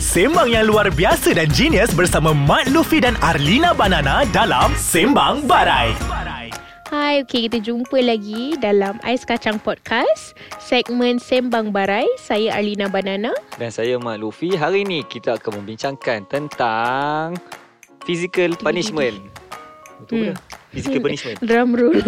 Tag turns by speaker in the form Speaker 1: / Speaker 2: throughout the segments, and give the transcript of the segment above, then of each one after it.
Speaker 1: Sembang yang luar biasa dan genius bersama Mat Luffy dan Arlina Banana dalam Sembang Barai.
Speaker 2: Hai, okay, kita jumpa lagi dalam Ais Kacang Podcast Segmen Sembang Barai Saya Arlina Banana
Speaker 3: Dan saya Mak Luffy Hari ini kita akan membincangkan tentang Physical punishment Betul hmm. Physical punishment
Speaker 2: Drum roll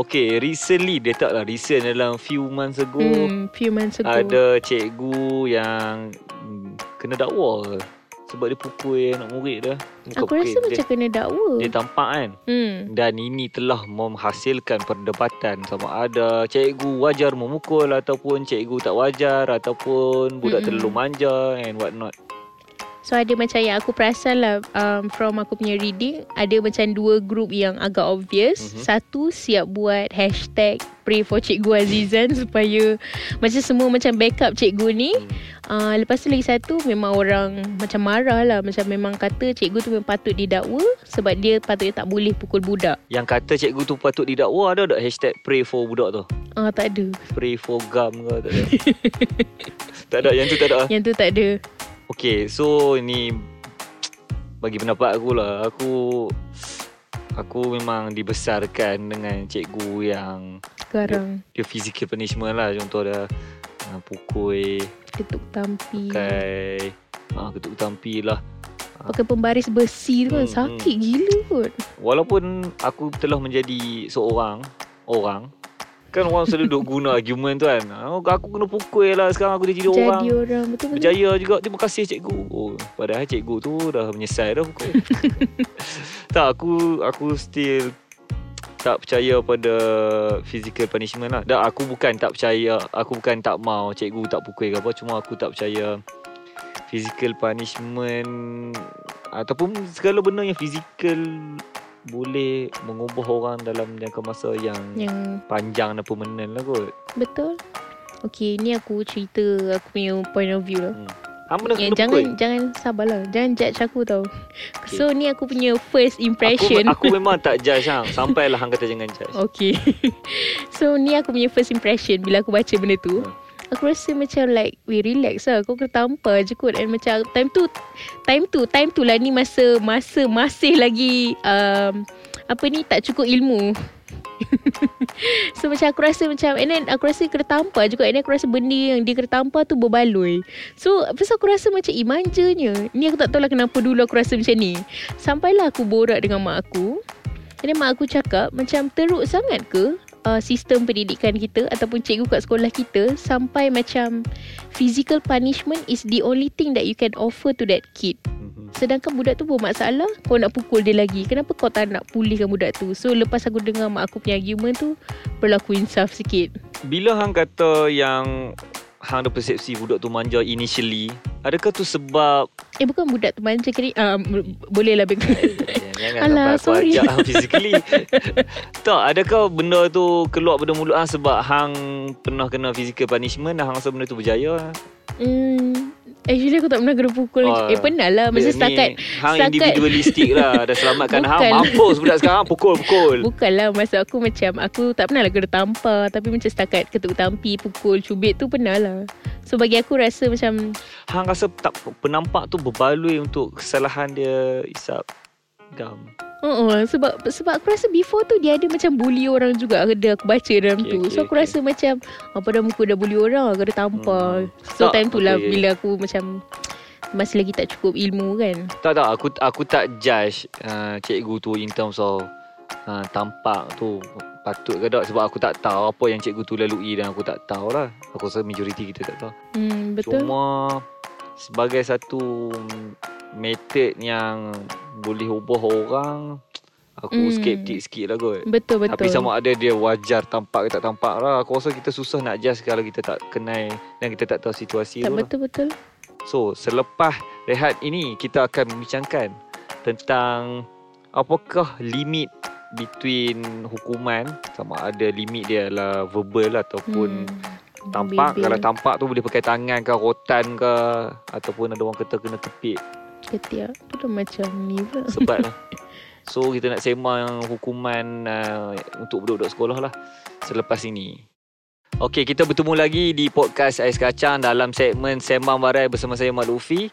Speaker 3: Okay recently Dia tak lah recent dalam few months ago
Speaker 2: hmm,
Speaker 3: hmm,
Speaker 2: Few months ago
Speaker 3: Ada cikgu yang hmm, Kena dakwa ke? Sebab dia pukul anak murid dia Bukan
Speaker 2: Aku rasa
Speaker 3: dia,
Speaker 2: macam kena dakwa
Speaker 3: dia tampak kan
Speaker 2: hmm.
Speaker 3: Dan ini telah menghasilkan perdebatan sama ada cikgu wajar memukul ataupun cikgu tak wajar ataupun budak
Speaker 2: Mm-mm.
Speaker 3: terlalu manja and what not.
Speaker 2: So ada macam yang aku perasan lah um, From aku punya reading Ada macam dua group yang agak obvious
Speaker 3: Mhm.
Speaker 2: mm-hmm. Satu siap buat hashtag Pray for Cikgu Azizan Supaya macam semua macam backup cikgu ni
Speaker 3: Hmm.
Speaker 2: uh, Lepas tu lagi satu Memang orang macam marah lah Macam memang kata cikgu tu memang patut didakwa Sebab dia patutnya tak boleh pukul budak
Speaker 3: Yang kata cikgu tu patut didakwa ada tak hashtag pray for budak tu?
Speaker 2: Ah uh, Tak ada
Speaker 3: Pray for gum ke tak ada? tak ada yang tu tak ada.
Speaker 2: Yang tu tak ada
Speaker 3: Okay so ni bagi pendapat aku lah aku aku memang dibesarkan dengan cikgu yang
Speaker 2: Sekarang
Speaker 3: dia physical punishment lah contoh dia uh, pukul
Speaker 2: Ketuk tampi
Speaker 3: pakai uh, ketuk tampi lah
Speaker 2: Pakai pembaris besi tu kan
Speaker 3: Hmm,
Speaker 2: Sakit gila kot
Speaker 3: Walaupun aku telah menjadi seorang Orang Kan orang selalu duk guna argument tu kan "Ah, Aku kena pukul lah sekarang aku dah jadi orang
Speaker 2: Jadi orang Betul-betul
Speaker 3: Berjaya juga Terima kasih cikgu oh, Padahal cikgu tu dah menyesal dah pukul Tak aku Aku still tak percaya pada physical punishment lah. Dah aku bukan tak percaya, aku bukan tak mau cikgu tak pukul ke apa, cuma aku tak percaya physical punishment ataupun segala benda yang physical boleh mengubah orang dalam jangka masa yang yeah.
Speaker 2: Yang
Speaker 3: panjang dan permanent lah kot.
Speaker 2: Betul. Okey, ni aku cerita aku punya point of view lah.
Speaker 3: Hang pernah
Speaker 2: Yang
Speaker 3: kena
Speaker 2: jangan
Speaker 3: pukul?
Speaker 2: jangan sabarlah. Jangan judge aku tau. So ni aku punya first impression.
Speaker 3: Aku, aku memang tak judge hang. Sampailah hang kata jangan judge.
Speaker 2: Okay So ni aku punya first impression Bila aku baca benda tu
Speaker 3: Hmm.
Speaker 2: Aku rasa macam like We relax lah Kau kena tampar je kot And macam Time tu Time tu Time tu lah ni masa Masa masih lagi um, Apa ni Tak cukup ilmu So macam aku rasa macam And then aku rasa kena tampar juga And then aku rasa benda yang dia kena tampar tu berbaloi So Lepas tu aku rasa macam Eh manjanya Ni aku tak tahu lah kenapa dulu aku rasa macam ni Sampailah aku borak dengan mak aku And then mak aku cakap Macam teruk sangat ke uh, Sistem pendidikan kita Ataupun cikgu kat sekolah kita Sampai macam Physical punishment is the only thing That you can offer to that kid
Speaker 3: Mhm.
Speaker 2: Sedangkan budak tu bermasalah Kau nak pukul dia lagi Kenapa kau tak nak pulihkan budak tu So lepas aku dengar mak aku punya argument tu Berlaku insaf sikit
Speaker 3: Bila hang kata yang hang ada persepsi budak tu manja initially, adakah tu sebab
Speaker 2: Eh bukan budak tu manja kini uh, Boleh lah
Speaker 3: Eh, jangan
Speaker 2: Alah,
Speaker 3: sampai aku
Speaker 2: sorry.
Speaker 3: ajak hang physically. tak, adakah benda tu keluar benda mulut hang sebab hang pernah kena physical punishment dan hang rasa benda tu berjaya?
Speaker 2: hmm, Actually aku tak pernah kena pukul
Speaker 3: Oh,
Speaker 2: Eh pernah lah Masa
Speaker 3: Dia
Speaker 2: setakat
Speaker 3: ni, hang
Speaker 2: setakat-
Speaker 3: individualistik lah dah selamatkan hang
Speaker 2: Bukan.
Speaker 3: mampus budak sekarang pukul-pukul.
Speaker 2: Bukanlah masa aku macam Aku tak pernah lah kena tampar Tapi macam setakat ketuk tampi Pukul cubit tu pernah lah So bagi aku rasa macam
Speaker 3: Hang rasa tak penampak tu berbaloi untuk kesalahan dia isap gam.
Speaker 2: uh-uh, Sebab sebab aku rasa before tu Dia ada macam bully orang juga Ada aku baca dalam
Speaker 3: Okay,
Speaker 2: tu
Speaker 3: okay,
Speaker 2: So aku
Speaker 3: okay.
Speaker 2: rasa macam Apa dah muka dah bully orang Aku dah tampar
Speaker 3: Hmm.
Speaker 2: So
Speaker 3: Tak,
Speaker 2: time tu lah
Speaker 3: okay.
Speaker 2: Bila aku macam Masih lagi tak cukup ilmu kan
Speaker 3: Tak tak aku aku tak judge uh, cikgu tu in terms of uh, tampak tu patut ke tak sebab aku tak tahu apa yang cikgu tu lalui dan aku tak tahu lah. Aku rasa majoriti kita tak tahu.
Speaker 2: hmm, Betul
Speaker 3: Cuma sebagai satu method yang boleh ubah orang aku
Speaker 2: Hmm.
Speaker 3: mm. skeptik sikit lah kot.
Speaker 2: Betul betul
Speaker 3: Tapi sama ada dia wajar tampak ke tak tampak lah Aku rasa kita susah nak judge kalau kita tak kenal Dan kita tak tahu situasi
Speaker 2: Tak
Speaker 3: tu lah.
Speaker 2: betul-betul
Speaker 3: So selepas rehat ini kita akan membincangkan tentang apakah limit between hukuman sama ada limit dia lah verbal ataupun hmm. tampak
Speaker 2: Bebel,
Speaker 3: kalau tampak tu boleh pakai tangan ke rotan ke ataupun ada orang kata kena tepik
Speaker 2: Ketiak Tu dah macam ni pula
Speaker 3: sebat lah. So kita nak sembang hukuman uh, untuk budak-budak sekolah lah selepas ini. Okey, kita bertemu lagi di podcast Ais Kacang dalam segmen Sembang Barai bersama saya Mat Luffy.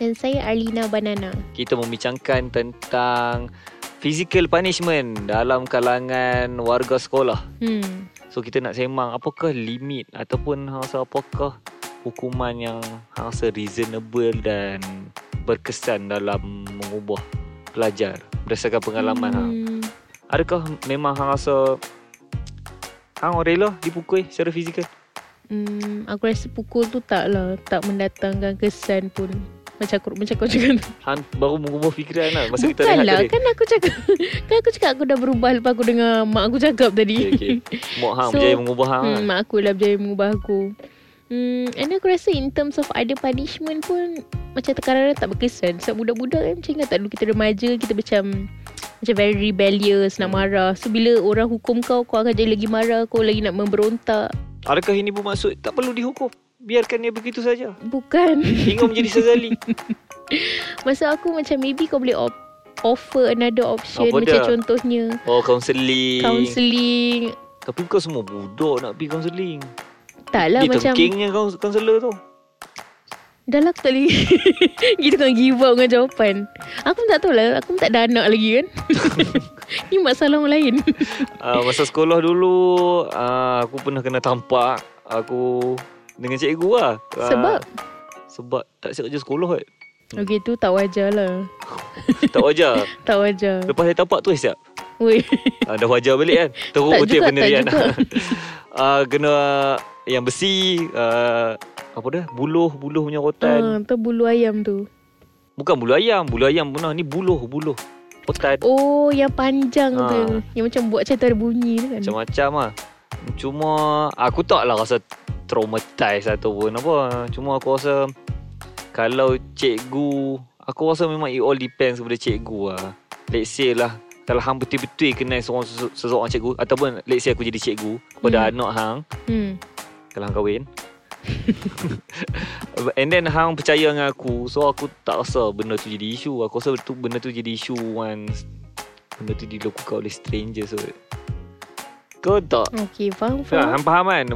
Speaker 2: Dan saya Arlina Banana.
Speaker 3: Kita membincangkan tentang physical punishment dalam kalangan warga sekolah.
Speaker 2: Hmm.
Speaker 3: So kita nak sembang apakah limit ataupun hang rasa apakah hukuman yang hang rasa reasonable dan berkesan dalam mengubah pelajar berdasarkan pengalaman ha. hang.
Speaker 2: hmm.
Speaker 3: Adakah memang hang rasa hang rela dipukul secara fizikal?
Speaker 2: Hmm, aku rasa pukul tu tak lah. Tak mendatangkan kesan pun. Macam aku, macam kau cakap tu.
Speaker 3: Han baru mengubah fikiran lah Masa
Speaker 2: Bukan
Speaker 3: kita rehat
Speaker 2: lah.
Speaker 3: tadi
Speaker 2: Kan aku cakap. kan aku cakap aku dah berubah lepas aku dengar mak aku cakap tadi.
Speaker 3: okay, okay. Mok hang
Speaker 2: So,
Speaker 3: so, berjaya mengubah hang
Speaker 2: Hmm,
Speaker 3: hmm,
Speaker 2: mak aku lah berjaya mengubah aku. Hmm, and aku rasa in terms of ada punishment pun macam terkadang tak berkesan. Sebab budak-budak kan macam ingat tak dulu kita remaja, kita macam macam very rebellious,
Speaker 3: Hmm.
Speaker 2: nak marah. So bila orang hukum kau, kau akan jadi lagi marah, kau lagi nak memberontak.
Speaker 3: Adakah ini bermaksud Tak perlu dihukum Biarkan dia begitu saja
Speaker 2: Bukan.
Speaker 3: Hingga menjadi sazali
Speaker 2: Masa aku macam maybe kau boleh op- offer another option.
Speaker 3: Apa
Speaker 2: macam
Speaker 3: dia?
Speaker 2: contohnya
Speaker 3: Oh counselling
Speaker 2: counselling.
Speaker 3: Tapi bukan semua budak nak pergi counselling
Speaker 2: Tak lah
Speaker 3: Dia
Speaker 2: macam.
Speaker 3: tengkingnya kaun- kaunselor tu
Speaker 2: Dah lah aku tak boleh Kita kan give up dengan jawapan Aku pun tak tahu lah Aku pun tak ada anak lagi kan Ni masalah orang lain
Speaker 3: uh, Masa sekolah dulu uh, Aku pernah kena tampak Aku Dengan cikgu lah Ah,
Speaker 2: Sebab?
Speaker 3: Sebab tak siap kerja sekolah kot
Speaker 2: Okay tu tak wajar lah
Speaker 3: Tak wajar
Speaker 2: Tak wajar
Speaker 3: Lepas saya tampak tu eh, siap
Speaker 2: Weh
Speaker 3: Ah, dah wajar balik kan Teruk
Speaker 2: Tak
Speaker 3: betul
Speaker 2: juga,
Speaker 3: benda
Speaker 2: tak
Speaker 3: Rian
Speaker 2: juga.
Speaker 3: Ah, Kena Yang besi ah, Apa dah Buluh Buluh punya rotan
Speaker 2: ah, Tu bulu ayam tu
Speaker 3: Bukan bulu ayam Bulu ayam pernah Ni buluh Buluh Rotan
Speaker 2: Oh yang panjang
Speaker 3: Ah.
Speaker 2: tu Yang macam buat macam tu ada bunyi tu kan
Speaker 3: Macam-macam lah Cuma Aku tak lah rasa Traumatized ataupun apa Cuma aku rasa Kalau cikgu Aku rasa memang It all depends kepada cikgu lah Let's say lah Kalau hang betul-betul Kenal seorang, seseorang cikgu Ataupun let's say aku jadi cikgu Kepada
Speaker 2: Hmm.
Speaker 3: anak hang
Speaker 2: hmm.
Speaker 3: Kalau hang kahwin And then hang percaya dengan aku So aku tak rasa benda tu jadi isu Aku rasa tu, benda tu jadi isu once Benda tu dilakukan oleh stranger so Kau tak
Speaker 2: Okay faham
Speaker 3: Ha,
Speaker 2: faham
Speaker 3: hang faham kan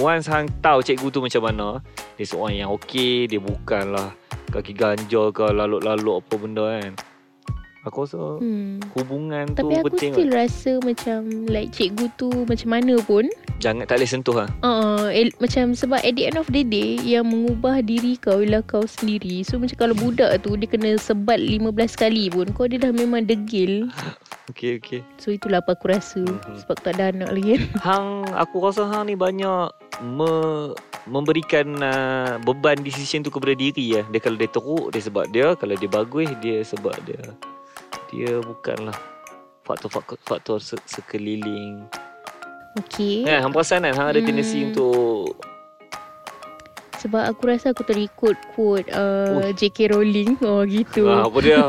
Speaker 3: Once hang tahu cikgu tu macam mana Dia seorang yang okey Dia bukanlah Kaki ganja ke Laluk-laluk apa benda kan Aku rasa
Speaker 2: hmm.
Speaker 3: Hubungan
Speaker 2: Tapi
Speaker 3: tu
Speaker 2: aku
Speaker 3: penting lah.
Speaker 2: still rasa macam Like cikgu tu macam mana pun
Speaker 3: Jangan tak boleh sentuh ha.
Speaker 2: Uh, el- macam sebab at the end of the day Yang mengubah diri kau Ialah kau sendiri So macam kalau budak tu Dia kena sebat 15 kali pun Kau dia dah memang degil
Speaker 3: Okay okay
Speaker 2: So itulah apa aku rasa
Speaker 3: Mhm.
Speaker 2: Sebab aku tak ada anak lagi kan
Speaker 3: Hang aku rasa hang ni banyak me, memberikan uh, beban decision tu kepada diri ya. Dia kalau dia teruk dia sebab dia, kalau dia bagus dia sebab dia. Dia bukanlah faktor-faktor faktor se- sekeliling.
Speaker 2: Okay
Speaker 3: Kan hang perasan kan hang ada
Speaker 2: Hmm.
Speaker 3: tendensi untuk
Speaker 2: Sebab aku rasa aku terikut quote uh,
Speaker 3: Ui.
Speaker 2: JK Rowling Oh gitu
Speaker 3: ah, apa dia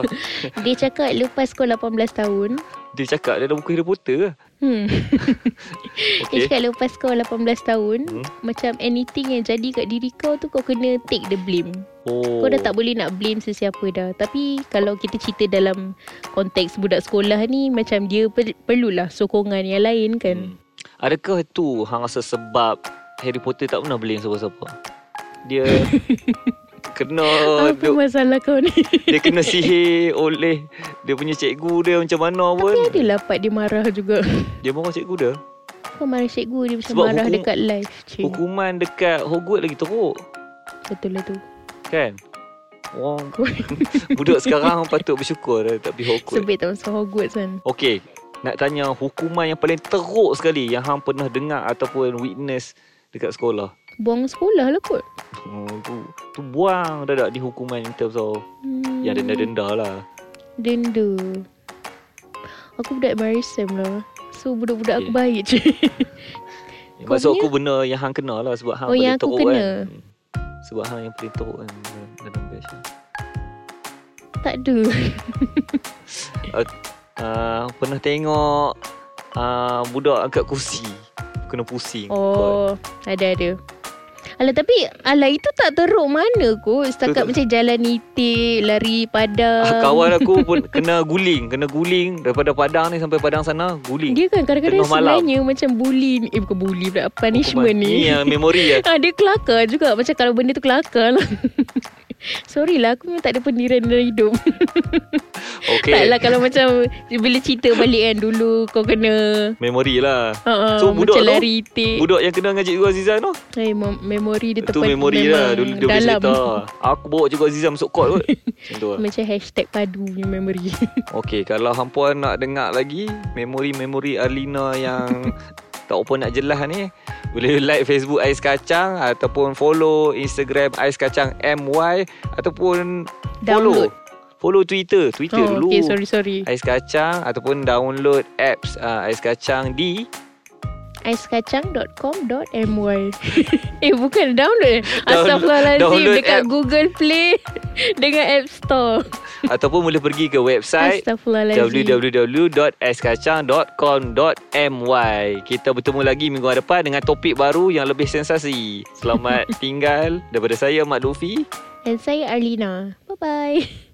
Speaker 2: Dia cakap lepas kau 18 tahun
Speaker 3: dia cakap dia dalam buku Harry Potter ke?
Speaker 2: Hmm Dia
Speaker 3: Okey.
Speaker 2: cakap lepas kau 18 tahun
Speaker 3: Hmm.
Speaker 2: Macam anything yang jadi kat diri kau tu Kau kena take the blame
Speaker 3: Oh.
Speaker 2: Kau dah tak boleh nak blame sesiapa dah Tapi kalau kita cerita dalam konteks budak sekolah ni Macam dia per- perlulah sokongan yang lain kan
Speaker 3: Hmm. Adakah tu hang rasa sebab Harry Potter tak pernah blame siapa-siapa? Dia kena
Speaker 2: Apa
Speaker 3: duk-
Speaker 2: masalah kau ni?
Speaker 3: Dia kena sihir oleh Dia punya cikgu dia macam mana pun
Speaker 2: Tapi ada lah part dia marah juga
Speaker 3: Dia marah cikgu dia
Speaker 2: Kau marah cikgu dia macam
Speaker 3: Sebab
Speaker 2: marah
Speaker 3: hukum-
Speaker 2: dekat live Cik
Speaker 3: Hukuman dekat Hogwarts lagi teruk
Speaker 2: Betul lah tu
Speaker 3: Kan Orang budak sekarang patut bersyukur dah tak pergi Hogwarts
Speaker 2: Sebab tak masuk Hogwarts kan
Speaker 3: Okey Nak tanya hukuman yang paling teruk sekali Yang hang pernah dengar ataupun witness dekat sekolah
Speaker 2: Buang sekolah lah kot
Speaker 3: hmm, tu, tu buang dah tak di hukuman in terms of
Speaker 2: hmm.
Speaker 3: Yang denda-denda lah
Speaker 2: Denda Aku budak Marisem lah So budak-budak aku
Speaker 3: Okay.
Speaker 2: baik je Kau
Speaker 3: Maksud
Speaker 2: punya?
Speaker 3: aku benda yang hang kena lah Sebab hang
Speaker 2: Oh,
Speaker 3: paling
Speaker 2: yang aku
Speaker 3: teruk
Speaker 2: kena.
Speaker 3: kan Sebab hang yang paling teruk kan dalam- Dalam batch ni.
Speaker 2: Tak ada
Speaker 3: uh, pernah tengok ah, uh, budak angkat kursi kena pusing kot.
Speaker 2: Oh, ada ada. Alah tapi Alah itu tak teruk mana kot Setakat macam
Speaker 3: Betul tak?
Speaker 2: jalan itik Lari padang
Speaker 3: Ah, Kawan aku pun kena guling Kena guling Daripada Padang ni sampai Padang sana Guling
Speaker 2: Dia kan kadang-kadang
Speaker 3: Tengah malam.
Speaker 2: sebenarnya Macam bully ni- Eh bukan bully pula Punishment
Speaker 3: Hukuman.
Speaker 2: ni
Speaker 3: Ni yang memori ya
Speaker 2: ha, Dia kelakar juga Macam kalau benda tu kelakar lah Sorry lah Aku memang tak ada pendirian dalam hidup
Speaker 3: Okay
Speaker 2: Tak lah kalau macam Bila cerita balik kan Dulu kau kena
Speaker 3: Memori lah
Speaker 2: uh,
Speaker 3: So, budak
Speaker 2: Macam
Speaker 3: tu-
Speaker 2: lari itik
Speaker 3: Budak yang kena dengan Cikgu Azizah tu
Speaker 2: Eh, mem- memori dia
Speaker 3: Itu
Speaker 2: tempat
Speaker 3: memori
Speaker 2: memang
Speaker 3: lah Dulu dia boleh
Speaker 2: dalam.
Speaker 3: cerita Aku bawa Cikgu Azizah masuk court kot Macam tu lah
Speaker 2: Macam hashtag padu punya memori
Speaker 3: Okay Kalau hampa nak dengar lagi Memori-memori Arlina yang Tak apa nak jelas ni Boleh like Facebook Ais Kacang Ataupun follow Instagram Ais Kacang MY Ataupun
Speaker 2: Download. Oh,
Speaker 3: Follow Follow Twitter Twitter dulu
Speaker 2: Okay sorry sorry
Speaker 3: Ais Kacang Ataupun download apps uh, Ais Kacang di
Speaker 2: Aiskacang.com.my Eh bukan download Astagfirullahaladzim
Speaker 3: download
Speaker 2: Dekat
Speaker 3: app.
Speaker 2: Google Play Dengan App Store
Speaker 3: Ataupun boleh pergi ke website
Speaker 2: Astagfirullahaladzim
Speaker 3: www.aiskacang.com.my Kita bertemu lagi minggu depan dengan topik baru yang lebih sensasi. Selamat tinggal daripada saya Mak Luffy.
Speaker 2: And saya Arlina Bye bye